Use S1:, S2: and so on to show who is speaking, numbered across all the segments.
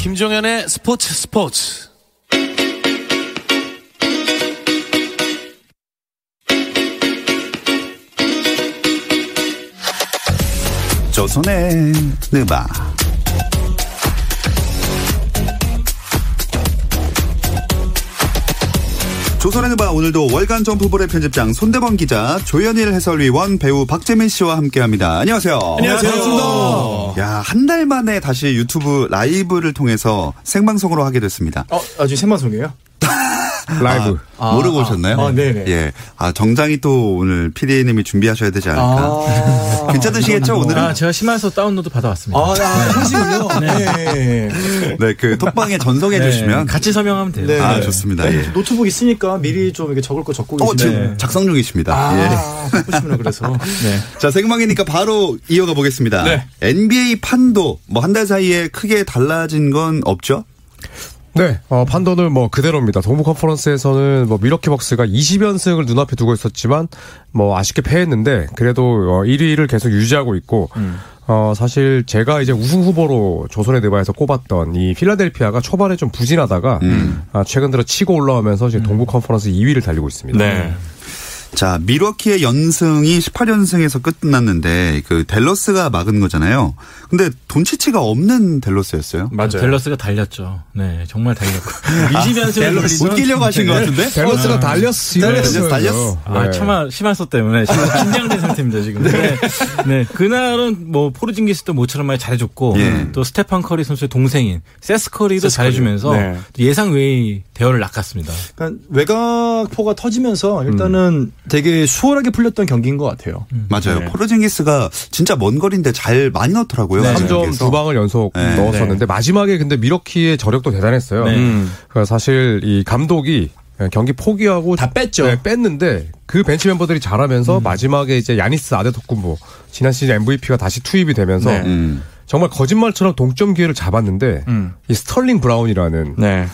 S1: 김종현의 스포츠 스포츠.
S2: 조선의 느바 조선의 누바 오늘도 월간 점프볼의 편집장 손대범 기자 조현일 해설위원 배우 박재민 씨와 함께합니다. 안녕하세요.
S1: 안녕하세요.
S3: 어,
S2: 야한 달 만에 다시 유튜브 라이브를 통해서 생방송으로 하게 됐습니다.
S3: 어, 아주 생방송이에요? 라이브.
S2: 모르고 오셨나요?
S3: 아, 네네.
S2: 예. 아 정장이 또 오늘 피디님이 준비하셔야 되지
S3: 아.
S2: 않을까. 괜찮으시겠죠 오늘은?
S4: 아, 제가 심해서 다운로드 받아왔습니다.
S3: 아, 하시군요. 네.
S2: 네, 그 톡방에 전송해
S4: 네,
S2: 주시면
S4: 같이 서명하면 돼요.
S3: 네.
S2: 아 좋습니다. 예.
S3: 노트북 있으니까 미리 좀 이렇게 적을 거 적고
S2: 어, 지금
S3: 계시네.
S2: 작성 중이십니다. 예.
S3: 아, 바쁘시구나 그래서. 네.
S2: 자, 생방이니까 바로 이어가 보겠습니다.
S3: 네.
S2: NBA 판도 뭐 한 달 사이에 크게 달라진 건 없죠?
S5: 네, 어, 판도는 뭐 그대로입니다. 동부 컨퍼런스에서는 뭐 미러키 벅스가 20연승을 눈앞에 두고 있었지만 뭐 아쉽게 패했는데 그래도 어, 1위를 계속 유지하고 있고 어, 사실 제가 이제 우승 후보로 조선의 네바에서 꼽았던 이 필라델피아가 초반에 좀 부진하다가
S2: 음.
S5: 아, 최근 들어 치고 올라오면서 지금 동부 컨퍼런스 2위를 달리고 있습니다.
S2: 자, 미러키의 연승이 18연승에서 끝났는데 그 델러스가 막은 거잖아요. 근데 돈치치가 없는 델러스였어요.
S3: 맞아요.
S4: 델러스가 달렸죠. 네, 정말 달렸고. 20연승을
S2: 웃기려고 하신 것 같은데? 네.
S5: 밸런스가 달렸어요.
S2: 달렸어요. 달렸어요.
S4: 아, 참아, 심한소 때문에. 지금 긴장된 상태입니다, 지금. 네. 네. 그날은 뭐, 포르징기스도 모처럼 많이 잘해줬고,
S2: 예.
S4: 또 스테판 커리 선수의 동생인, 세스커리도 잘해주면서
S3: 네.
S4: 또 예상 외의 대열을 낚았습니다.
S3: 그러니까 외곽포가 터지면서 일단은 되게 수월하게 풀렸던 경기인 것 같아요.
S2: 맞아요. 포르징기스가 진짜 먼 거리인데 잘 많이
S3: 네.
S2: 넣더라고요.
S5: 삼 점
S2: 경기에서.
S5: 두 방을 연속
S2: 네.
S5: 넣었었는데 마지막에 근데 미러키의 저력도 대단했어요.
S4: 네.
S3: 음.
S5: 그 사실 이 감독이 경기 포기하고
S3: 다 뺐죠. 음.
S5: 네, 뺐는데 그 벤치 멤버들이 잘하면서 마지막에 이제 야니스 아데토쿤보 지난 시즌 MVP가 다시 투입이 되면서
S3: 네.
S2: 음.
S5: 정말 거짓말처럼 동점 기회를 잡았는데
S3: 음.
S5: 이 스털링 브라운이라는
S3: 네.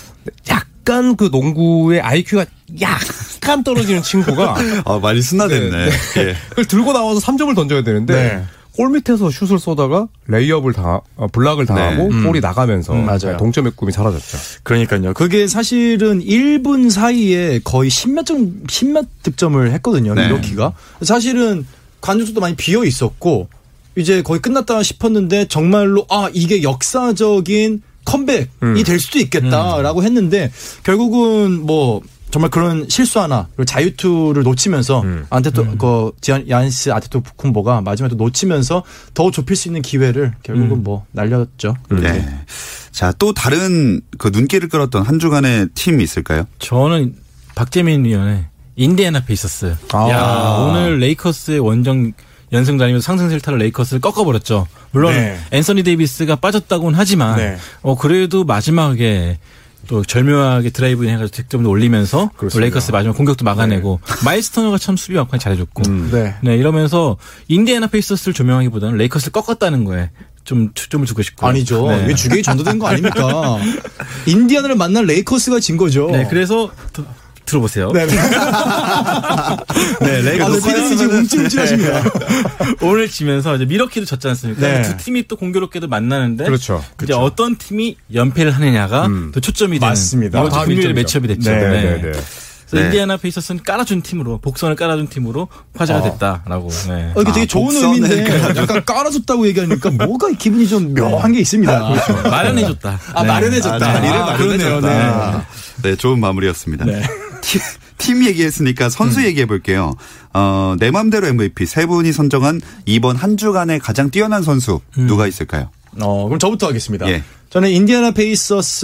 S5: 약간 그 농구의 IQ가 약간 떨어지는 친구가
S2: 아, 많이 순화됐네. 예.
S5: 그걸 들고 나와서 3점을 던져야 되는데
S3: 네.
S5: 골 밑에서 슛을 쏘다가 레이업을 당 어, 블락을 당하고 골이 나가면서
S3: 음,
S5: 네,
S3: 맞아요.
S5: 동점의 꿈이 사라졌죠.
S3: 그러니까요. 그게 사실은 1분 사이에 거의 10몇 점, 10몇 득점을 했거든요.
S2: 네.
S3: 미러키가. 사실은 관중석도 많이 비어 있었고, 이제 거의 끝났다 싶었는데, 정말로, 아, 이게 역사적인 컴백이
S2: 음.
S3: 될 수도 있겠다라고 했는데, 결국은 뭐, 정말 그런 실수 하나, 그리고 자유투를 놓치면서,
S2: 음.
S3: 안테토, 그, 지안, 야니스 아테토 쿤보가 마지막에 또 놓치면서 더 좁힐 수 있는 기회를 결국은 뭐, 날렸죠.
S2: 음. 네. 자, 또 다른 그 눈길을 끌었던 한 주간의 팀이 있을까요?
S4: 저는 박재민 위원의 인디애나 페이서스.
S3: 아.
S4: 야, 오늘 레이커스의 원정 연승 달리면서 상승 실타를 레이커스를 꺾어버렸죠. 물론
S3: 네.
S4: 앤서니 데이비스가 빠졌다고는 하지만
S3: 네.
S4: 어 그래도 마지막에 또 절묘하게 드라이브 해가지고 득점도 올리면서 또
S3: 그렇습니다.
S4: 레이커스 마지막 공격도 막아내고 마이스 터너가 참 수비 막판 잘해줬고
S3: 네.
S4: 네 이러면서 인디애나 페이서스를 조명하기보다는 레이커스를 꺾었다는 거에 좀 초점을 두고 싶고
S3: 아니죠.
S4: 네.
S3: 이게 주객이 전도된 거 아닙니까? 인디아나를 만난 레이커스가 진 거죠.
S4: 네 그래서 더- 들어보세요.
S3: 네.
S2: 네,
S3: 아, 네, 피디씨 지금 움찔움찔하십니다.
S4: 오늘 지면서 이제 미러키도 졌지 않습니까?
S3: 네.
S4: 두 팀이 또 공교롭게도 만나는데
S5: 그렇죠.
S4: 이제 어떤 팀이 연패를 하느냐가 또 초점이 되는
S3: 맞습니다.
S4: 이번 주
S5: 다음
S4: 금요일
S5: 일정이죠.
S4: 매치업이 됐죠.
S3: 네,
S4: 네.
S5: 네, 네.
S4: 그래서
S2: 네.
S4: 인디애나 페이서스는 깔아준 팀으로 복선을 깔아준 팀으로 화제가 됐다라고. 네.
S3: 어, 이게 되게
S2: 아,
S3: 좋은
S2: 복선을
S3: 의미인데
S2: 깔아줘.
S3: 약간 깔아줬다고 얘기하니까 뭐가 기분이 좀 묘한 게 있습니다. 아,
S4: 어, 마련해줬다. 네.
S3: 마련해졌다.
S2: 자리를
S3: 아,
S2: 마련해줬다.
S3: 그러네요. 네.
S2: 네, 좋은 마무리였습니다. 팀, 팀 얘기했으니까
S3: 음.
S2: 선수 얘기해 볼게요. 어, 내 맘대로 MVP 세 분이 선정한 이번 한 주간에 가장 뛰어난 선수
S3: 음.
S2: 누가 있을까요?
S3: 어, 그럼 저부터 하겠습니다.
S2: 예.
S3: 저는 인디애나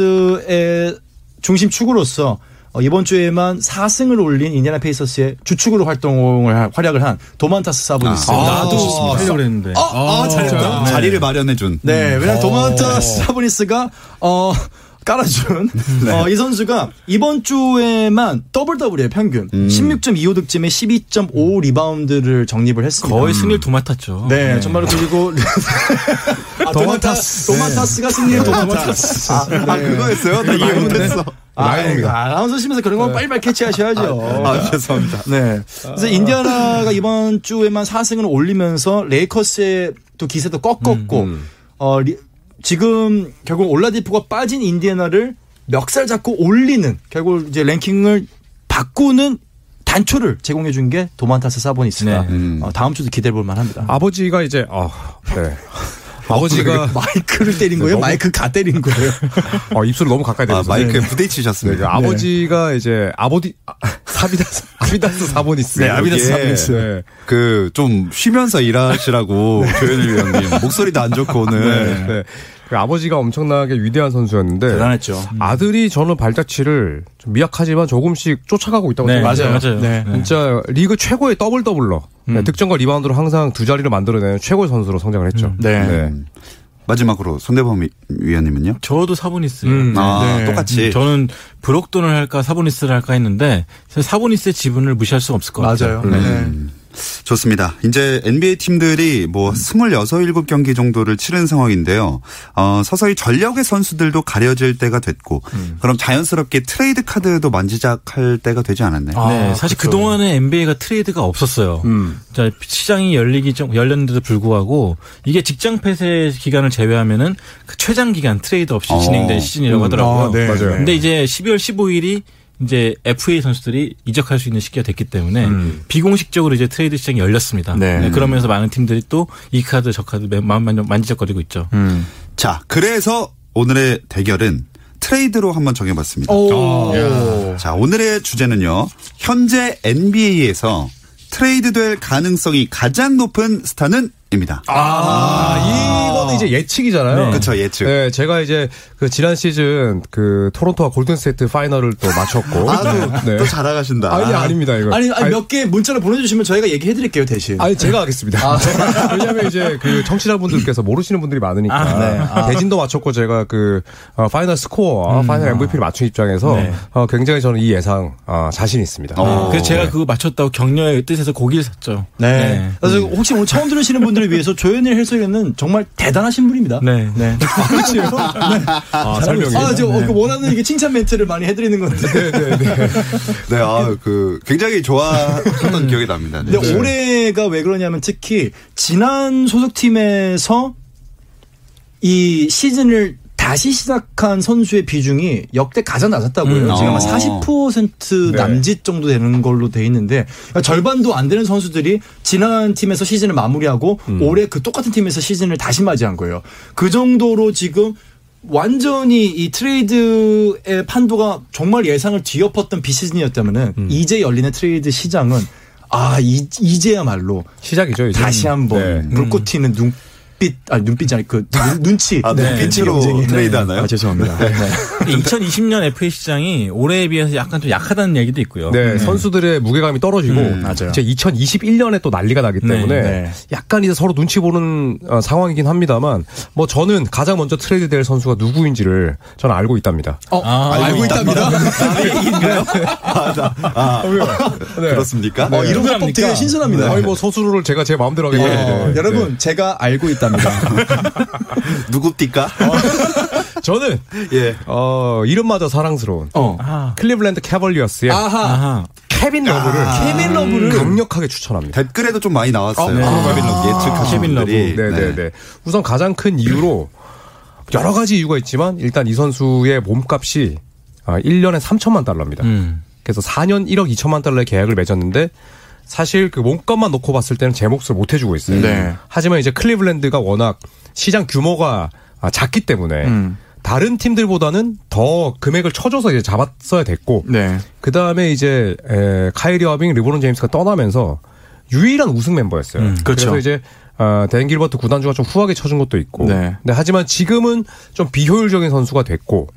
S3: 페이서스의 중심 축으로서 어, 이번 주에만 4승을 올린 인디애나 페이서스의 주축으로 활동을 할- 활약을 한 도만타스 사본이 있습니다.
S4: 나도 어, 하려고 그랬는데.
S3: 아, 아, 잘했다.
S2: 어, 자리를 마련해 준. 음.
S3: 네, 왜냐면 도마타 사보니스가 어 깔아준 어, 이 선수가 이번 주에만 더블 더블이에요 평균 16.25 득점에 12.5 리바운드를 정립을 했습니다.
S4: 거의 승리를 도맡았죠.
S3: 음. 네, 정말로 그리고 아, 도마타스 도마타스가 승리의 도마타스. 아,
S2: 아, 그거였어요?
S3: 네.
S2: 나 이해 못했어.
S3: 아, 이거 아나운서시면서 그런 건 빨리빨리 캐치하셔야죠.
S2: 아, 죄송합니다.
S3: 네. 그래서 인디아나가 이번 주에만 4승을 올리면서 레이커스의 또 기세도 꺾었고 어 리- 지금 결국 올라디포가 빠진 인디애나를 멱살 잡고 올리는 결국 이제 랭킹을 바꾸는 단초를 제공해 준 게 도만타스 사보니스다.
S4: 네.
S2: 음.
S3: 어, 다음 주도 기대해 볼 만합니다.
S5: 아버지가 이제 아, 네. 아버지가
S3: 마이크를 때린 거예요? 마이크 가 때린 거예요?
S5: 어, 입술을 너무 가까이
S2: 아,
S5: 대면서
S2: 마이크에
S5: 네, 그
S2: 부딪히셨습니다.
S5: 아버지가 이제 아버디 아, 사비다스 아비다스 사보니스
S2: 네, 아비다스
S5: 여기에,
S2: 사보니스.
S5: 네.
S2: 그 좀 쉬면서 일하시라고
S3: 네.
S2: 조현일 위원님 목소리도 안 좋고 오늘
S5: 네. 그 아버지가 엄청나게 위대한 선수였는데
S3: 대단했죠.
S5: 아들이 저는 발자취를 좀 미약하지만 조금씩 쫓아가고 있다고
S4: 네,
S5: 생각해요.
S4: 맞아요.
S3: 네.
S4: 네.
S5: 진짜 리그 최고의 더블 더블러 네, 득점과 리바운드로 항상 두 자리를 만들어내는 최고의 선수로 성장을 했죠.
S3: 네.
S5: 네.
S2: 마지막으로 손대범 위- 위원님은요?
S4: 저도 사보니스.
S3: 음.
S2: 아
S3: 네.
S2: 똑같이
S4: 저는 브록돈을 할까 사보니스를 할까 했는데 사실 사보니스의 지분을 무시할 수가 없을 것 같아요.
S3: 맞아요. 네.
S2: 좋습니다. 이제 NBA 팀들이
S3: 음.
S2: 뭐 26, 7경기 정도를 치른 상황인데요. 어, 서서히 전력의 선수들도 가려질 때가 됐고,
S3: 음.
S2: 그럼 자연스럽게 트레이드 카드도 만지작할 때가 되지 않았나요?
S4: 네,
S3: 아,
S4: 사실 그
S3: 그쵸.
S4: 동안에 NBA가 트레이드가 없었어요.
S5: 음.
S4: 자, 시장이 열리기 좀 열렸는데도 불구하고 이게 직장 폐쇄 기간을 제외하면은 그 최장 기간 트레이드 없이
S2: 어.
S4: 진행된 시즌이라고
S3: 아,
S4: 하더라고요.
S3: 네.
S5: 맞아요.
S4: 근데 이제 12월 15일이 이제 FA 선수들이 이적할 수 있는 시기가 됐기 때문에 비공식적으로 이제 트레이드 시장이 열렸습니다.
S3: 네.
S4: 네, 그러면서 많은 팀들이 또 이 카드 저 카드 맨- 만- 만- 만지작거리고 있죠.
S2: 자, 그래서 오늘의 대결은 트레이드로 한번 정해봤습니다.
S3: 오.
S2: 자, 오늘의 주제는요. 현재 NBA에서 트레이드 될 가능성이 가장 높은 스타는? 입니다.
S5: 아, 이거는 이제 예측이잖아요.
S4: 네.
S2: 그쵸, 예측.
S5: 네, 제가 이제 그 지난 시즌 그 토론토와 골든스테이트 파이널을 또 마쳤고.
S2: 아, 또,
S5: 네.
S2: 또 자랑하신다.
S5: 아니, 아닙니다, 이거.
S3: 아니, 아니 몇 개 문자를 보내주시면 저희가 얘기해드릴게요 대신.
S5: 아니, 제가 하겠습니다. 왜냐면 이제 그 청취자분들께서 모르시는 분들이 많으니까. 대진도 맞췄고 제가 그 어, 파이널 스코어와 파이널 MVP를 맞춘 입장에서
S4: 네.
S5: 어, 굉장히 저는 이 예상 어, 자신 있습니다.
S2: 어.
S4: 그래서 제가 그거 맞췄다고 격려의 뜻에서 고기를 샀죠.
S3: 네. 그래서 혹시 오늘 처음 들으시는 분들을 위해서 조현일 해설위원은 정말 대단하신 분입니다.
S4: 네.
S3: 네. 그렇죠.
S5: 아,
S3: 아, 저 어, 그 원하는 이게 칭찬 멘트를 많이 해드리는 건데.
S2: 네, 아, 그, 굉장히 좋아했던 기억이 납니다. 네.
S3: 근데 올해가 왜 그러냐면 특히 지난 소속팀에서 이 시즌을 다시 시작한 선수의 비중이 역대 가장 낮았다고 해요.
S4: 음,
S3: 지금
S2: 어.
S3: 한40%
S5: 네.
S3: 남짓 정도 되는 걸로 돼 있는데 그러니까 절반도 안 되는 선수들이 지난 팀에서 시즌을 마무리하고 올해 그 똑같은 팀에서 시즌을 다시 맞이한 거예요. 그 정도로 지금 완전히 이 트레이드의 판도가 정말 예상을 뒤엎었던 비시즌이었다면은 이제 열리는 트레이드 시장은 아 이, 이제야말로
S5: 시작이죠, 이제.
S3: 다시 한번
S5: 네.
S3: 물꽃 튀는 눈빛 아니 눈빛이 아니 그 눈- 눈치
S2: 아, 눈빛으로
S3: 경쟁이.
S2: 트레이드 하나요?
S3: 아, 죄송합니다. 네.
S4: 2020년 FA 시장이 올해에 비해서 약간 좀 약하다는 얘기도 있고요.
S5: 네, 선수들의 무게감이 떨어지고
S3: 음, 맞아요.
S5: 이제 2021년에 또 난리가 나기
S4: 네,
S5: 때문에
S3: 네.
S5: 약간 이제 서로 눈치 보는 어, 상황이긴 합니다만 뭐 저는 가장 먼저 트레이드 될 선수가 누구인지를 저는 알고 있답니다.
S3: 어,
S4: 아,
S3: 알고 있답니다.
S2: 아, 나- 아,
S5: 네.
S2: 그렇습니까?
S3: 어, 이런
S4: 누구랍니까?
S3: 방법 되게 신선합니다. 네.
S5: 거의 뭐 소수를 제가 제 마음대로 하게
S3: 어,
S5: 되는데
S3: 여러분 제가 알고 있답니다.
S2: 누굽디까?
S5: 저는
S2: 예.
S5: 어, 이름마저 사랑스러운
S3: 어.
S4: 아,
S5: 클리블랜드 캐벌리어스의
S3: 아하.
S4: 아하.
S5: 케빈 러브를
S3: 케빈 러브를
S5: 강력하게 추천합니다.
S2: 댓글에도 좀 많이 나왔어요.
S5: 어, 네.
S2: 예측하신
S4: 케빈 러브.
S2: 분들이.
S5: 네, 네, 네. 우선 가장 큰 이유로 여러 가지 이유가 있지만 일단 이 선수의 몸값이 아, 1년에 3천만 달러입니다.
S4: 음.
S5: 그래서 4년 1억 2천만 달러의 계약을 맺었는데 사실 그 몸값만 놓고 봤을 때는 제 몫을 못 해주고 있어요.
S3: 네.
S5: 하지만 이제 클리블랜드가 워낙 시장 규모가 아, 작기 때문에 다른 팀들보다는 더 금액을 쳐줘서 이제 잡았어야 됐고
S3: 네.
S5: 그 다음에 이제 에, 카이리 어빙, 르브론 제임스가 떠나면서 유일한 우승 멤버였어요.
S3: 그렇죠.
S5: 래서 이제 어, 댄 길버트 구단주가 좀 후하게 쳐준 것도 있고.
S3: 네.
S5: 근데 하지만 지금은 좀 비효율적인 선수가 됐고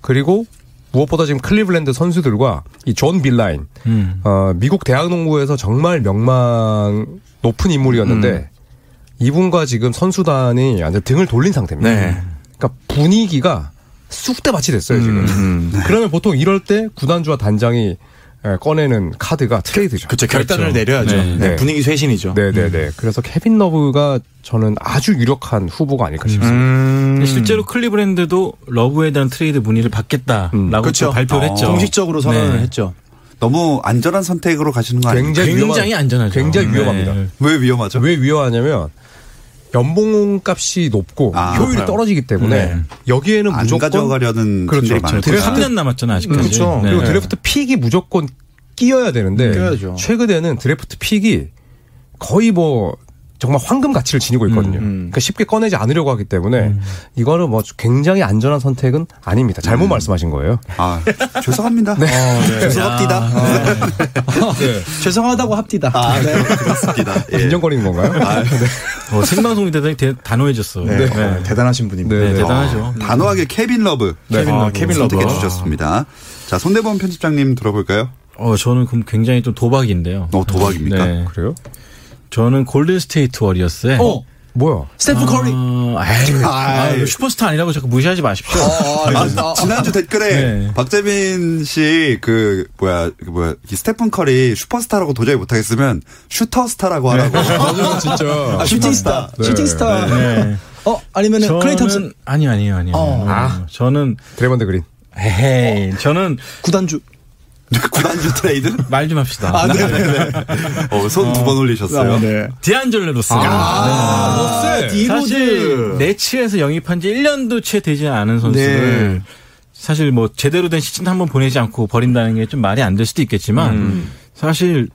S5: 그리고 무엇보다 지금 클리블랜드 선수들과 이 존 빌라인,
S4: 음.
S5: 어, 미국 대학농구에서 정말 명망 높은 인물이었는데
S3: 음.
S5: 이분과 지금 선수단이 완전 등을 돌린 상태입니다.
S3: 네.
S5: 그러니까 분위기가 쑥대밭이 됐어요 지금.
S2: 음.
S5: 네. 그러면 보통 이럴 때 구단주와 단장이 에, 꺼내는 카드가 트레이드죠.
S3: 그렇죠. 결단을 내려야죠.
S4: 네.
S3: 네,
S5: 네.
S3: 분위기 쇄신이죠.
S5: 네네네. 그래서 케빈 러브가 저는 아주 유력한 후보가 아닐까 싶습니다.
S3: 음.
S4: 근데 실제로 클리브랜드도 러브에 대한 트레이드 문의를 받겠다라고 또
S3: 그렇죠.
S4: 발표를
S2: 어.
S4: 했죠.
S3: 공식적으로 선언을
S4: 네.
S3: 했죠.
S2: 너무 안전한 선택으로 가시는 거 아니에요?
S4: 굉장히 안전하죠.
S5: 굉장히
S4: 네.
S5: 위험합니다.
S2: 왜 위험하죠?
S5: 왜 위험하냐면 연봉 값이 높고
S2: 아,
S5: 효율이
S2: 그렇구나.
S5: 떨어지기 때문에
S4: 네.
S5: 여기에는
S2: 안
S5: 무조건
S2: 가져가려는
S5: 그렇죠.
S2: 팀들이 많을
S5: 드래프트-
S2: 거다.
S4: 3년 남았잖아 아직까지.
S5: 그렇죠.
S4: 네. 음.
S5: 그리고 드래프트 픽이 무조건 끼어야 되는데
S3: 끼어야죠.
S5: 최근에는 드래프트 픽이 거의 뭐 정말 황금 가치를 지니고 있거든요.
S4: 음,
S5: 그러니까 쉽게 꺼내지 않으려고 하기 때문에 이거는 뭐 굉장히 안전한 선택은 아닙니다.
S4: 음.
S5: 잘못 말씀하신 거예요.
S2: 아, 죄송합니다.
S5: 네.
S2: 어, 네. 죄송합니다.
S3: 죄송하다고 합디다.
S2: 아, 그렇습니다. 예.
S5: 네. 인정거리는 건가요?
S4: 어, 생방송이 대단히 대- 단호해졌어.
S6: 네. 네, 대단하신 분입니다.
S4: 네,
S5: 네.
S4: 대단하죠.
S2: 어, 단호하게 케빈 러브.
S6: 케빈 러브. 케빈 러브.
S2: 선택해 주셨습니다. 자, 손대범 편집장님 들어볼까요?
S4: 어, 저는 그럼 굉장히 좀 도박인데요.
S2: 어, 도박입니까?
S4: 네.
S5: 그래요?
S4: 저는 골든 스테이트 워리어스의
S3: 어,
S5: 뭐야?
S3: 스테프 커리.
S4: 어, 에이, 아유, 슈퍼스타 아니라고 자꾸 무시하지 마십시오.
S3: 네.
S2: 아, 지난주 댓글에
S4: 네.
S2: 박재민 씨 그 뭐야 그 뭐야 이 스테픈 커리 슈퍼스타라고 도저히 못하겠으면 슈터스타라고 하라고.
S5: 맞아요, 진짜.
S3: 아, 슈팅스타.
S5: 네.
S3: 슈팅스타.
S4: 네.
S3: 어, 아니면은 클레이 탐슨.
S4: 저는 아니요, 아니요, 아니요.
S3: 어.
S4: 아, 저는
S5: 드래먼드 그린.
S4: 에헤이, 저는
S3: 구단주.
S4: 네.
S2: 구단주 트레이드?
S4: 말 좀 합시다.
S3: 아, 네.
S2: 어, 손 두 번
S3: 아,
S2: 올리셨어요.
S6: 네.
S4: 디안젤레 로스.
S3: 디로즈.
S4: 사실 네츠에서 영입한 지 1년도 채 되지 않은 선수를 사실 뭐 제대로 된 시즌 한 번 보내지 않고 버린다는 게 좀 말이 안 될 수도 있겠지만 사실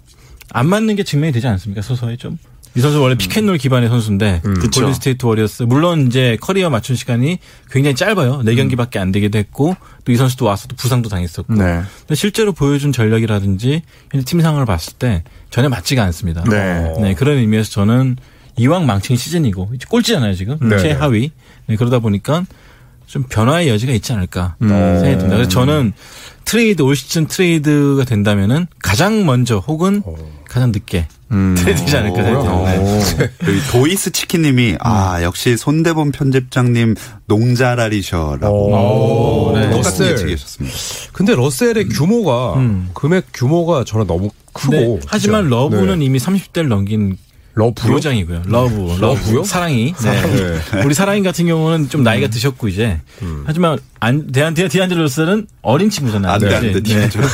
S4: 안 맞는 게 증명이 되지 않습니까? 소서에 좀. 이 선수 원래 피켓놀 기반의 선수인데 골든 스테이트 워리어스 물론 이제 커리어 맞춘 시간이 굉장히 짧아요. 4경기밖에 안 되기도 했고 또 이 선수도 와서 또 부상도 당했었고.
S6: 네.
S4: 근데 실제로 보여준 전력이라든지 현재 팀 상황을 봤을 때 전혀 맞지가 않습니다.
S6: 네.
S4: 네, 그런 의미에서 저는 이왕 망친 시즌이고 이제 꼴찌잖아요 지금
S5: 네.
S4: 최하위 네, 그러다 보니까 좀 변화의 여지가 있지 않을까 생각이 듭니다. 그래서 저는 트레이드 올 시즌 트레이드가 된다면은 가장 먼저 혹은 가장 늦게 트레이드지 않을까
S5: 어.
S4: 생각이 듭니다. 네.
S2: 여기 도이스 치킨님이 아 역시 손대범 편집장님 농자라리셔라고
S5: 어, 네.
S2: 똑같은
S5: 러셀.
S2: 예측이 셨습니다
S5: 근데 러셀의
S4: 음.
S5: 규모가 금액 규모가 저는 너무 크고
S4: 근데 음. 네. 하지만
S5: 진짜.
S4: 러브는
S5: 네.
S4: 이미 30대를 넘긴
S5: 러브요?
S4: 요장이고요. 러브, 러브요? 사랑이. 네. 우리 사랑이 같은 경우는 좀 나이가 드셨고 이제. 하지만 안 대한 대한 디안젤로스는 어린 친구잖아요.
S2: 안돼
S4: 이제.
S2: 안돼
S4: 네.
S2: 디안젤로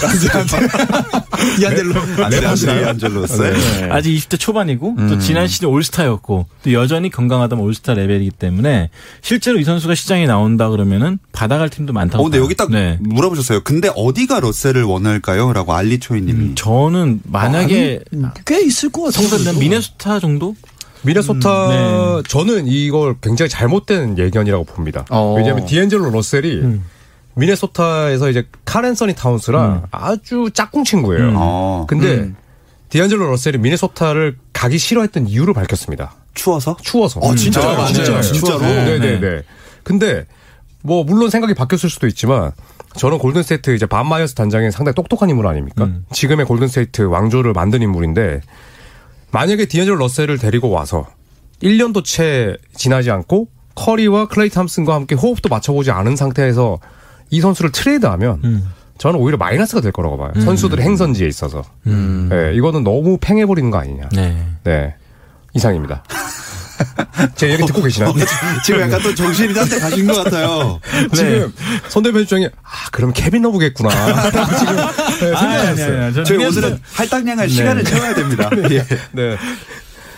S3: 이안델로.
S2: 안돼 안돼 디안젤로스 네.
S4: 아직 20대 초반이고 또 지난 시즌 올스타였고 또 여전히 건강하다면 올스타 레벨이기 때문에 실제로 이 선수가 시장에 나온다 그러면은 받아갈 팀도 많다고.
S2: 어, 근데
S4: 봐요.
S2: 여기 딱
S4: 네.
S2: 물어보셨어요. 근데 어디가 러셀을 원할까요? 라고 알리초이님이.
S4: 음. 저는 만약에
S3: 꽤 있을 것 같아요.
S4: 성산된 미네소타 정도?
S5: 미네소타
S4: 음,
S5: 저는 이걸 굉장히 잘못된 예견이라고 봅니다.
S6: 어.
S5: 왜냐하면 디엔젤로 러셀이 미네소타에서 이제 카렌서니 타운스랑 아주 짝꿍 친구예요.
S2: 어,
S5: 근데 디엔젤로 러셀이 미네소타를 가기 싫어했던 이유를 밝혔습니다.
S2: 추워서?
S5: 추워서.
S2: 어, 진짜요?
S5: 네,
S2: 맞아요.
S5: 네,
S2: 진짜로?
S5: 네, 네,
S4: 네.
S5: 네. 근데 뭐 물론 생각이 바뀌었을 수도 있지만 저는 골든스테이트 이제 반마이어스 단장이 상당히 똑똑한 인물 아닙니까?
S2: 음.
S5: 지금의 골든스테이트 왕조를 만든 인물인데 만약에 디엔젤 러셀을 데리고 와서 1년도 채 지나지 않고 커리와 클레이 탐슨과 함께 호흡도 맞춰보지 않은 상태에서 이 선수를 트레이드하면
S2: 음.
S5: 저는 오히려 마이너스가 될 거라고 봐요. 선수들의 행선지에 있어서.
S2: 음.
S5: 네, 이거는 너무 팽해버리는 거 아니냐.
S4: 네.
S5: 네. 이상입니다. 제 얘기 듣고 계시나요?
S2: 네. 지금 약간 또 정신이 딴데 가신 것 같아요.
S5: 지금 손대표 주장이 아 그럼 케빈 러브겠구나. 지금
S4: 아,
S5: 네, 생각하셨어요.
S4: 저는
S2: 저희
S4: 미네소타- 네.
S2: 오늘은 할당량할 시간을 채워야 됩니다. 예.
S5: 네.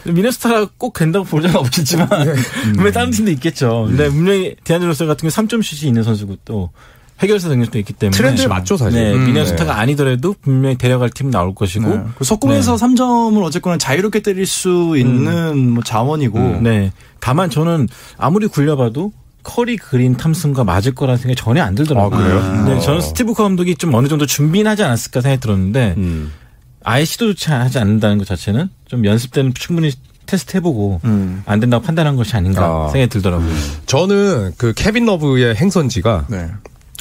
S4: 미네스타가 꼭 된다고 볼 적은 없겠지만
S5: 네.
S4: 분명히 다른 팀도 있겠죠.
S5: 음.
S4: 근데 분명히 디안젤로스 같은 경우 3점슛이 있는 선수고 또 해결사 능력도 있기 때문에
S5: 트렌드에 맞죠, 사실.
S4: 네,
S5: 음. 네.
S4: 미네스타가 아니더라도 분명히 데려갈 팀 나올 것이고
S3: 그
S4: 네.
S3: 속공에서 3점을 어쨌거나 자유롭게 때릴 수 있는
S4: 음.
S3: 뭐 자원이고.
S4: 네. 다만 저는 아무리 굴려봐도 커리 그린 탐슨과 맞을 거라는 생각이 전혀 안 들더라고요.
S5: 아, 그래요?
S4: 네,
S5: 아.
S4: 저는 스티브 커 감독이 좀 어느 정도 준비는 하지 않았을까 생각이 들었는데
S5: 음.
S4: 아예 시도조차 하지 않는다는 것 자체는 좀 연습 때는 충분히 테스트해보고 안 된다고 판단한 것이 아닌가
S5: 음. 아.
S4: 생각이 들더라고요.
S5: 저는 그 케빈 러브의 행선지가
S6: 네.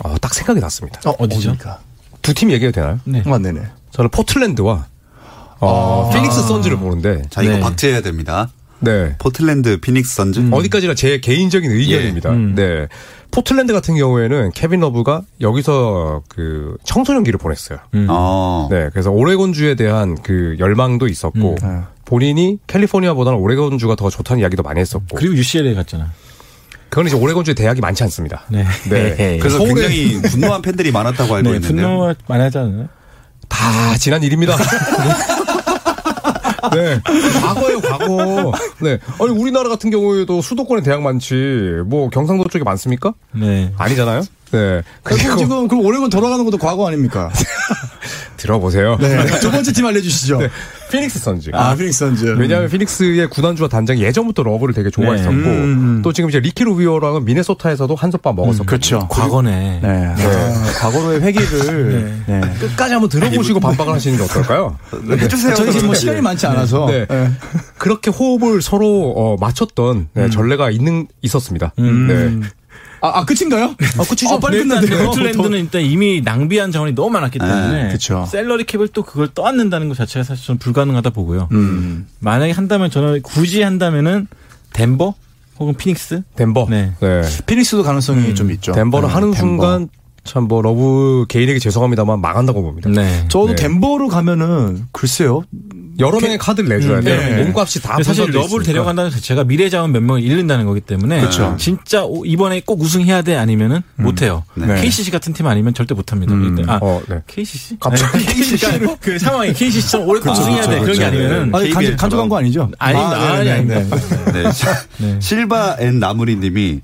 S5: 어, 딱 생각이 났습니다.
S4: 어, 어디죠?
S5: 두 팀 얘기해도 되나요?
S4: 네.
S3: 어,
S6: 아, 네네.
S5: 저는 포틀랜드와 어, 피닉스 선즈를 보는데
S2: 자, 이거
S4: 네.
S2: 박제해야 됩니다.
S5: 네.
S2: 포틀랜드 피닉스 선즈.
S5: 어디까지나 제 개인적인 의견입니다. 네. 포틀랜드 같은 경우에는 케빈 러브가 여기서 그 청소년기를 보냈어요.
S2: 어.
S5: 네, 그래서 오레곤주에 대한 그 열망도 있었고 본인이 캘리포니아보다는 오레곤주가 더 좋다는 이야기도 많이 했었고
S4: 그리고 UCLA 갔잖아.
S5: 그건 이제 오레곤주에 대학이 많지 않습니다.
S4: 네.
S5: 네.
S2: 그래서
S5: 서울에-
S2: 굉장히 분노한 팬들이 많았다고 알고
S4: 네,
S2: 있는데. 요
S4: 분노가 많이 하지 않나요?
S5: 다 지난 일입니다. 네. 과거예요, 과거. 네. 아니, 우리나라 같은 경우에도 수도권에 대학 많지, 뭐, 경상도 쪽에 많습니까?
S4: 네.
S5: 아니잖아요? 네.
S3: 그럼
S5: 그리고
S3: 지금 그럼 오레곤 돌아가는 것도 과거 아닙니까?
S5: 들어보세요.
S3: 네. 두 번째 팀 알려주시죠.
S5: 네. 피닉스 선지.
S3: 아 피닉스 선즈.
S5: 음. 왜냐하면 피닉스의 구단주와 단장이 예전부터 러브를 되게 좋아했었고
S4: 네.
S3: 음, 음.
S5: 또 지금 이제 리키 루비오랑은 미네소타에서도 한솥밥 먹었었고
S3: 그렇죠.
S4: 과거네.
S6: 네. 아, 과거로의 회기를 네.
S5: 끝까지 한번 들어보시고
S4: 아,
S5: 반박을 하시는 게 어떨까요?
S2: 해주세요.
S3: 저희 지금 뭐 시간이 많지
S4: 어,
S3: 않아서.
S5: 네. 그렇게 호흡을 서로 어, 맞췄던
S4: 음.
S5: 네, 전례가 있는 있었습니다. 네.
S3: 아, 아 끝인가요? 아
S6: 그
S5: 어,
S3: 끝이죠. 빨리
S4: 어, 일단
S3: 끝났네요.
S4: 포틀랜드는 일단 이미 낭비한 자원이 너무 많았기 때문에
S6: 그쵸.
S4: 셀러리 캡을 또 그걸 떠안는다는 것 자체가 사실 저는 불가능하다 보고요. 만약에 한다면 저는 굳이 한다면은 덴버 혹은 피닉스
S5: 덴버.
S4: 네. 음,
S5: 네.
S6: 피닉스도 가능성이 좀 있죠.
S5: 덴버를
S6: 네,
S5: 하는
S6: 덴버.
S5: 순간 참 뭐 러브 개인에게 죄송합니다만 망한다고 봅니다.
S4: 네.
S6: 저도
S5: 네.
S6: 덴버로 가면은 글쎄요.
S4: 음.
S5: 여러 명의
S4: 그,
S5: 카드를 내줘야 돼요.
S6: 네.
S5: 몸값이 다
S4: 사실
S5: 분산돼
S4: 러브를
S5: 있으니까.
S4: 데려간다는 자체가 미래 자원 몇 명을 잃는다는 거기 때문에
S6: 그쵸.
S4: 진짜 오- 이번에 꼭 우승해야 돼 아니면은 못 해요. KCC 같은 팀 아니면 절대 못 합니다.
S6: 음.
S4: 아,
S5: 어, 네.
S4: KCC?
S5: 갑자기
S4: 아니, 그러니까 그 상황이 KCC처럼 오래 꼭 우승해야 돼. 그런 게
S2: 그쵸.
S4: 아니면은
S2: 네.
S3: 아니 간,
S2: KBL 처럼.
S3: 간접한 거 아니죠?
S4: 아닙니다.
S3: 아,
S4: 아니,
S3: 네네,
S4: 아닙니다.
S3: 네네.
S2: 네. 실바 앤 나무리님이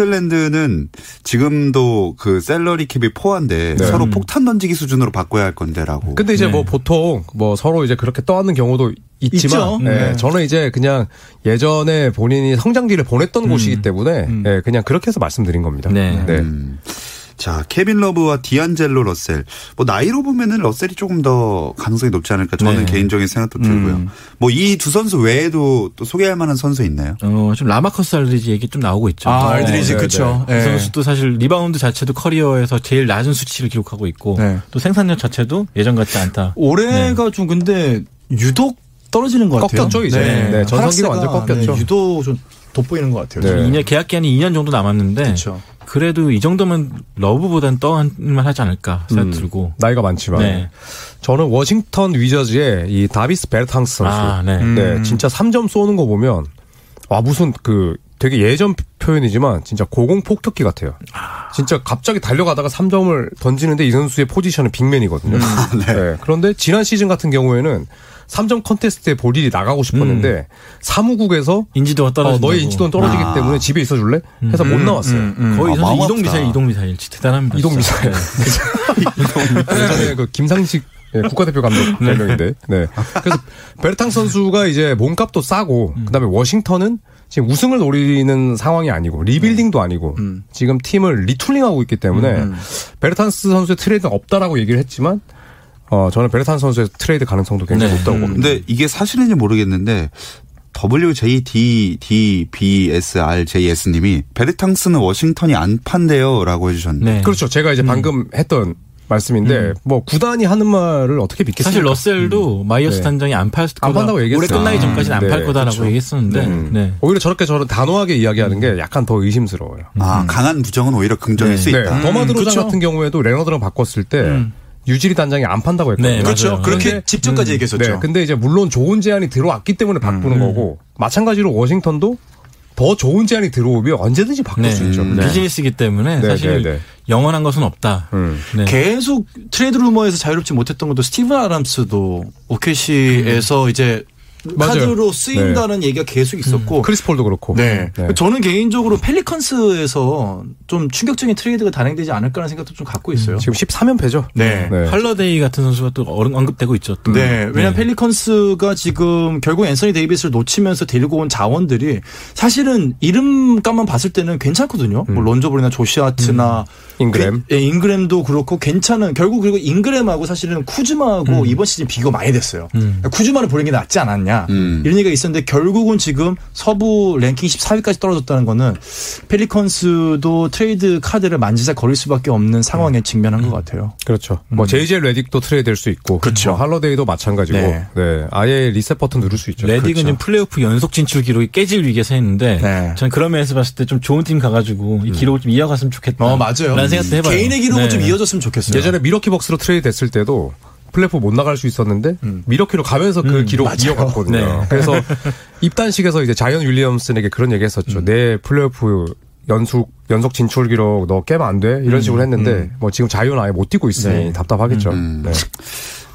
S2: 포틀랜드는 지금도 그 셀러리 캡이 포한데 서로 폭탄 던지기 수준으로 바꿔야 할 건데라고.
S5: 근데 이제
S4: 네.
S5: 뭐 보통 뭐 서로 이제 그렇게 떠안는 경우도 있지만
S3: 있죠.
S5: 예,
S3: 네.
S5: 저는 이제 그냥 예전에 본인이 성장기를 보냈던 곳이기 때문에 예, 그냥 그렇게 해서 말씀드린 겁니다.
S4: 음. 네.
S2: 자, 케빈 러브와 디안젤로 러셀. 뭐 나이로 보면은 러셀이 조금 더 가능성이 높지 않을까 저는
S4: 네.
S2: 개인적인 생각도 들고요. 뭐 이 두 선수 외에도 또 소개할 만한 선수 있나요?
S4: 어, 좀 라마커스 알드리지 얘기 좀 나오고 있죠.
S6: 아,
S4: 어,
S6: 알드리지
S5: 네,
S6: 그쵸.
S4: 이
S6: 네.
S4: 선수도 사실 리바운드 자체도 커리어에서 제일 낮은 수치를 기록하고 있고
S6: 네.
S4: 또 생산력 자체도 예전 같지 않다.
S6: 올해가 좀 근데 유독 떨어지는 것 같아요.
S5: 네. 꺾였죠, 이제. 네, 전성기가
S6: 하락세가,
S5: 완전 꺾였죠.
S6: 네, 유독 좀 돋보이는 것 같아요.
S5: 네.
S6: 지금.
S4: 2년 계약 기한이 2년 정도 남았는데
S6: 그쵸.
S4: 그래도이 정도면 러브보단 떠한만 하지 않을까
S5: 음.
S4: 생각 들고.
S5: 나이가 많지만
S4: 네.
S5: 저는 워싱턴 위저즈의 이 다비스 베르탕스 선수.
S4: 아, 네.
S5: 네, 진짜 3점 쏘는 거 보면 와 무슨 그 되게 예전 표현이지만 진짜 고공 폭격기 같아요. 진짜 갑자기 달려가다가 3점을 던지는데 이 선수의 포지션은 빅맨이거든요. 네. 그런데 지난 시즌 같은 경우에는 3점 컨테스트에 볼일이 나가고 싶었는데 사무국에서
S4: 인지도가
S5: 어,
S4: 떨어진다고.
S5: 너의 인지도는 떨어지기
S2: 아.
S5: 때문에 집에 있어 줄래? 해서 못 나왔어요.
S4: 거의
S2: 아,
S4: 선수
S2: 마음
S4: 이동
S2: 아프다.
S4: 미사일, 이동 미사일. 진짜 대단합니다.
S5: 이동
S4: 진짜.
S5: 미사일.
S4: 네.
S5: 예전에 그 김상식 예, 국가대표 감독 별명인데. 네. 그래서 베르탕 선수가 이제 몸값도 싸고 그다음에 워싱턴은 지금 우승을 노리는 상황이 아니고 리빌딩도 아니고
S4: 음.
S5: 지금 팀을 리툴링하고 있기 때문에 베르탄스 선수의 트레이드는 없다라고 얘기를 했지만 어 저는 베르탄 선수의 트레이드 가능성도 굉장히
S4: 네.
S5: 높다고 봅니다.
S2: 근데 이게 사실인지 모르겠는데 WJDDBSRJS님이 베르탕스는 워싱턴이 안 판대요라고 해주셨는데
S4: 네. 음.
S5: 그렇죠. 제가 이제 방금 했던 말씀인데 뭐 구단이 하는 말을 어떻게 믿겠습니까?
S4: 사실 러셀도 마이어스
S5: 네.
S4: 단장이 안 팔 거다.
S5: 안 판다고
S4: 올해
S5: 얘기했어요.
S4: 끝나기 전까지는 안
S5: 네,
S4: 팔 거다라고
S5: 그렇죠.
S4: 얘기했었는데. 네.
S5: 오히려 저렇게 저런 단호하게 이야기하는 게 약간 더 의심스러워요.
S2: 아 강한 부정은 오히려 긍정일 수
S5: 음. 네.
S4: 음,
S2: 있다.
S5: 더마드로장
S4: 그렇죠.
S6: 그쵸.
S5: 같은 경우에도 레너드랑 바꿨을 때 유지리 단장이 안 판다고 했거든요.
S4: 네,
S6: 그렇죠.
S4: 맞아요.
S6: 그렇게
S4: 근데-
S3: 음.
S6: 직전까지 얘기했었죠. 음.
S5: 네, 근데 이제 물론 좋은 제안이 들어왔기 때문에 바꾸는 거고 마찬가지로 워싱턴도 더 좋은 제안이 들어오면 언제든지 바꿀
S4: 네.
S5: 수 있죠.
S4: 음, 비즈니스이기 때문에
S5: 네,
S4: 사실
S5: 네, 네.
S4: 영원한 것은 없다.
S5: 음.
S4: 네.
S6: 계속 트레이드 루머에서 자유롭지 못했던 것도 스티븐 아람스도 OKC에서 이제
S5: 음. 맞아요. 네. 음.
S6: 카드로 쓰인다는 얘기가 계속 있었고
S5: 뭐 크리스폴도 그렇고.
S6: 네.
S5: 네.
S6: 저는 개인적으로 펠리컨스에서 좀 충격적인 트레이드가 단행되지 않을까라는 생각도 좀 갖고 있어요.
S5: 지금 13연패죠.
S6: 네.
S5: 네.
S4: 할러데이 같은 선수가 또 어른- 언급되고 있죠. 또.
S6: 네. 왜냐면
S4: 네.
S6: 펠리컨스가 지금 결국 앤서니 데이비스를 놓치면서 데리고 온 자원들이 사실은 이름값만 봤을 때는 괜찮거든요. 뭐 론조볼이나 조시아트나
S5: 잉그램.
S6: 그- 예, 잉그램도 그렇고 괜찮은 결국 그리고 잉그램하고 사실은 쿠즈마하고 이번 시즌 비교 많이 됐어요. 그러니까 쿠즈마를 보는 게 낫지 않았냐
S2: 음.
S6: 이런 얘기가 있었는데 결국은 지금 서부 랭킹 14위까지 떨어졌다는 거는 펠리컨스도 트레이드 카드를 만지작거릴 수밖에 없는 상황에 직면한 것 같아요.
S5: 그렇죠.
S4: 음.
S5: 뭐 JJ 레딕도 트레이드될 수 있고,
S6: 그렇죠.
S5: 뭐 할러데이도 마찬가지고,
S6: 네.
S5: 네. 아예 리셋 버튼 누를 수 있죠.
S4: 레딕은
S5: 그렇죠.
S4: 지금 플레이오프 연속 진출 기록이 깨질 위기에 서 있는데
S6: 네.
S4: 저는 그런 면에서 봤을 때 좀 좋은 팀 가가지고
S3: 음.
S4: 이 기록을 좀 이어갔으면 좋겠다.
S6: 어 맞아요.
S4: 라는 생각도 해봐요.
S6: 개인의 기록은
S4: 네.
S6: 좀 이어졌으면 좋겠어요.
S5: 예전에 미러키 벅스로 트레이드 됐을 때도 플랫폼 못 나갈 수 있었는데 미러키로 가면서 그 기록 이어갔거든요.
S4: 네.
S5: 그래서 입단식에서 이제 자이언 윌리엄슨에게 그런 얘기했었죠. 내 플레이오프 연속 연속 진출 기록 너 깨면 안 돼. 이런 식으로 했는데 뭐 지금 자이언 아예 못 뛰고 있으니 답답하겠죠. 네.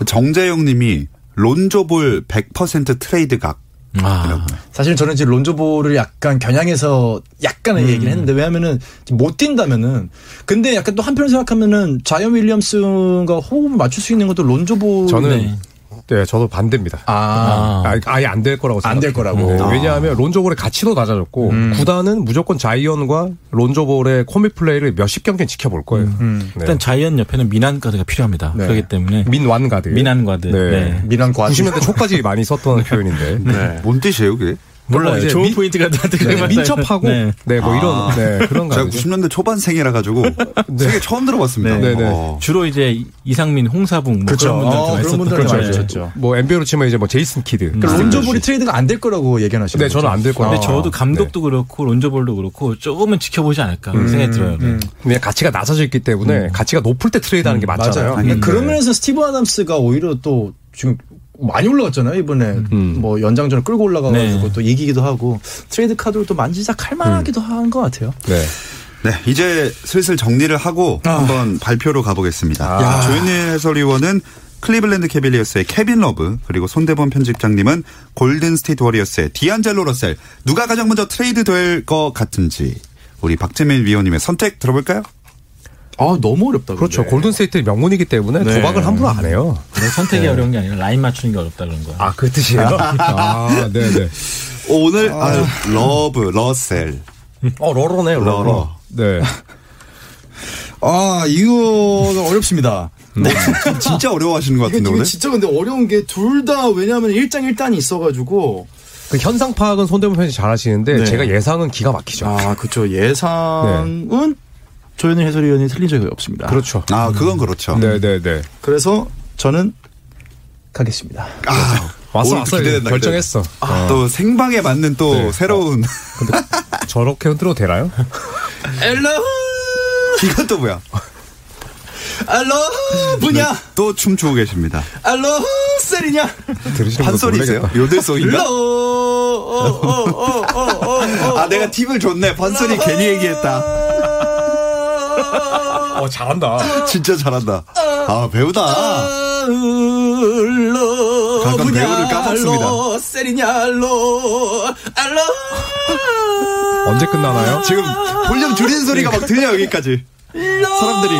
S2: 정재영 님이 론조볼 100% 트레이드 각.
S4: 아,
S3: 사실 저는 지금 론조볼을 약간 겨냥해서
S5: 음.
S3: 약간의 얘기를 했는데 왜냐면은 지금 못 뛴다면은 근데 약간 또 한편으로 생각하면은 자이언 윌리엄슨과 호흡을 맞출 수 있는 것도 론조볼
S5: 저는 네. 저도 반대입니다.
S3: 아.
S5: 아, 아예 안 될 거라고
S3: 안될
S5: 생각해요.
S3: 거라고.
S5: 네, 왜냐하면 론조볼의 가치도 낮아졌고 구단은 무조건 자이언과 론조볼의 코미 플레이를 몇십 경기 지켜볼 거예요. 네.
S4: 일단 자이언 옆에는 미난 가드가 필요합니다.
S3: 네.
S4: 그렇기 때문에
S5: 민완 가드.
S4: 미난 가드.
S5: 네.
S4: 네.
S3: 미란 과드
S5: 90년대 초까지 많이 썼던 표현인데. 네.
S2: 뭔 뜻이에요, 그게?
S5: 몰라요.
S4: 몰라요. 좋은
S5: 좋은
S4: 포인트가
S5: 네, 민첩하고 네, 뭐 이런 네, 그런 거
S2: 제가
S5: 아니죠?
S2: 90년대 초반생이라 가지고 세계 처음 들어봤습니다.
S5: 네, 네, 네.
S2: 어.
S4: 주로 이제 이상민, 홍사붕 뭐
S3: 그렇죠.
S4: 그런 분들
S3: 어, 그런 분들한테 많이 줬죠.
S5: 뭐 NBA로 치면 이제 뭐 제이슨 키드.
S3: 그러니까 론조볼이 트레이드가 안 될 거라고 얘기하시는
S5: 네, 저는 안 될 거예요. 네.
S4: 근데 저도
S3: 아,
S4: 감독도
S3: 네.
S4: 그렇고 론저볼도 그렇고 조금은 지켜보지 않을까
S3: 음.
S4: 그런 생각이 들어요. 네.
S5: 그냥 가치가 낮아져 있기 때문에 가치가 높을 때 트레이드하는 게 맞잖아요.
S3: 그러니까 그런
S5: 네.
S3: 면에서 스티브 아담스가 오히려 또 지금 많이 올라갔잖아요 이번에
S5: 음.
S3: 뭐 연장전을 끌고 올라가가지고
S4: 네.
S3: 또 이기기도 하고 트레이드 카드로 또 만지작할 만하기도
S5: 음.
S3: 한 것 같아요.
S5: 네.
S2: 네, 이제 슬슬 정리를 하고
S3: 아.
S2: 한번 발표로 가보겠습니다. 조현일 해설위원은 클리블랜드 캐빌리어스의 케빈 러브 그리고 손대범 편집장님은 골든 스테이트 워리어스의 디안젤로 러셀 누가 가장 먼저 트레이드 될 것 같은지 우리 박재민 위원님의 선택 들어볼까요?
S3: 아 너무 어렵다.
S5: 그렇죠. 골든스테이트 명문이기 때문에 도박을 함부로 안 해요.
S4: 그래서 선택이
S5: 네.
S4: 어려운 게 아니라 라인 맞추는 게 어렵다 그런 거야.
S5: 아, 그 뜻이에요? 아, 네네.
S2: 어, 오늘 아유, 러브 러셀
S5: 어, 러러네요, 러러.
S2: 러러.
S5: 네.
S3: 아 이거 어렵습니다.
S2: 네. 진짜 어려워하시는 것
S3: 이게
S2: 같은데
S3: 지금
S2: 오늘
S3: 진짜 근데 어려운 게 둘 다 왜냐하면 일장일단이 있어가지고
S5: 그 현상 파악은 손대문 편이 잘 하시는데 제가 예상은 기가 막히죠.
S3: 아 그렇죠 예상은 조현일 해설위원이 틀린 적이 없습니다.
S5: 그렇죠.
S2: 아 그건 그렇죠.
S5: 네네네.
S3: 그래서 저는 가겠습니다.
S2: 아,
S5: 왔어,
S2: 오늘
S5: 왔어.
S2: 기대된다,
S5: 결정했어.
S3: 그렇죠.
S2: 아, 또 생방에 맞는 또
S3: 네.
S2: 새로운
S3: 어.
S5: 저렇게 흔들어도 되나요?
S3: 엘로
S2: 이건 또 뭐야? 네,
S3: 알로 분야
S2: 또 춤추고 계십니다.
S3: 알로 세리냐
S5: 들으시는 분들
S2: 판소리세요?
S5: 어, 놀라겠다.
S2: 요들송인가?
S3: 로아
S2: 아, 내가 팁을 줬네. 반선이 괜히 얘기했다.
S5: 어, 어. 잘한다.
S2: 진짜 잘한다. 아, 배우다.
S3: 알로
S2: 잠깐
S3: 분야
S2: 배우를 까먹습니다.
S3: 알로 세리냐 알로 알로
S5: 언제 끝나나요?
S2: 아, 지금 볼륨 줄인 소리가 막 들려, 여기까지. 사람들이.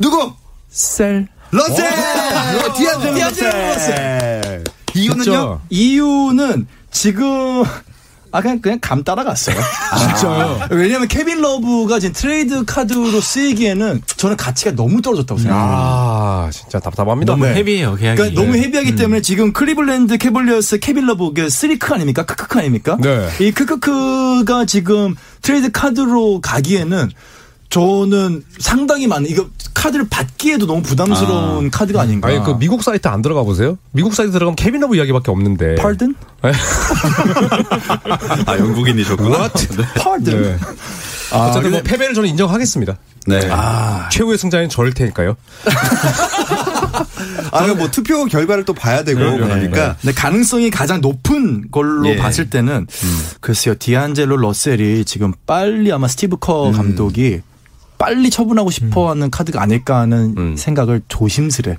S2: 누구? 셀. 러셀! 디아젤로 러셀! 예. 이유는요?
S3: 어.
S5: 진짜.
S3: 이유는 지금 아 그냥 그냥 감 따라갔어요.
S5: 진짜요?
S3: 왜냐면 케빈 러브가 지금 트레이드 카드로 쓰이기에는 저는 가치가 너무 떨어졌다고 생각합니다.
S5: 아, 진짜 답답합니다.
S4: 너무
S5: 네.
S4: 헤비해요 계약이.
S3: 그러니까 너무
S4: 네.
S3: 헤비하기 때문에 지금 클리블랜드 캐벌리어스 케빈 러브 그 쓰리크 아닙니까? 크크크 아닙니까?
S5: 네.
S3: 이 크크크가 지금 트레이드 카드로 가기에는 저는 상당히 많은 이거 카드를 받기에도 너무 부담스러운 카드가 아닌가.
S5: 아니 그 미국 사이트 안 들어가 보세요? 미국 사이트 들어가면 케빈 러브 이야기밖에 없는데. 네.
S3: Pardon?
S2: 아, 영국인이셨구나.
S3: Pardon?
S5: 네.
S2: 아,
S5: 어쨌든 뭐 패배를 저는 인정하겠습니다.
S2: 네.
S5: 최후의 승자는 저일 테니까요.
S2: 아, 그럼 뭐 투표 결과를 또 봐야 되고, 그러니까.
S3: 근데 가능성이 가장 높은 걸로
S2: 예.
S3: 봤을 때는 글쎄요 디안젤로 러셀이 지금 빨리 아마 스티브 커 감독이 빨리 처분하고 싶어하는 카드가 아닐까 하는 생각을 조심스레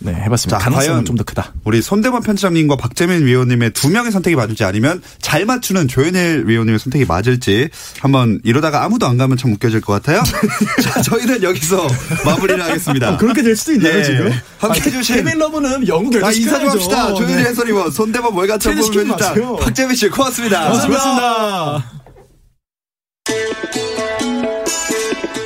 S3: 네, 해봤습니다.
S2: 자,
S3: 가능성은
S2: 과연-
S3: 좀 더 크다.
S2: 우리 손대범 편집장님과 박재민 위원님의 두 명의 선택이 맞을지 아니면 잘 맞추는 조현일 위원님의 선택이 맞을지 한번 이러다가 아무도 안 가면 참 웃겨질 것 같아요. 자, 저희는 여기서 마무리를 하겠습니다.
S3: 그렇게 될 수도 있나요
S2: 예.
S3: 지금?
S2: 함께 해주신-
S3: 케빈 러브는 영국
S2: 자, 인사 좀 합시다. 조현일 해설위원, 손대범 월가천
S3: 트레이드 시키지 마세요.
S2: 부분입니다. 박재민 씨, 고맙습니다.
S3: 고맙습니다.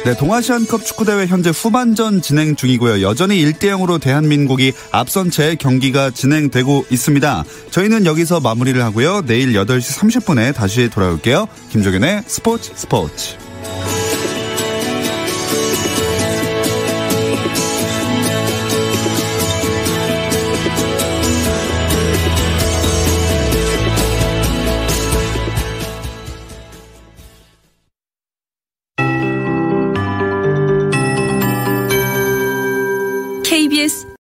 S2: 네, 동아시안컵 축구대회 현재 후반전 진행 중이고요. 여전히 1대0으로 대한민국이 앞선 채 경기가 진행되고 있습니다. 저희는 여기서 마무리를 하고요. 내일 8시 30분에 다시 돌아올게요. 김종현의 스포츠 스포츠.
S7: KBS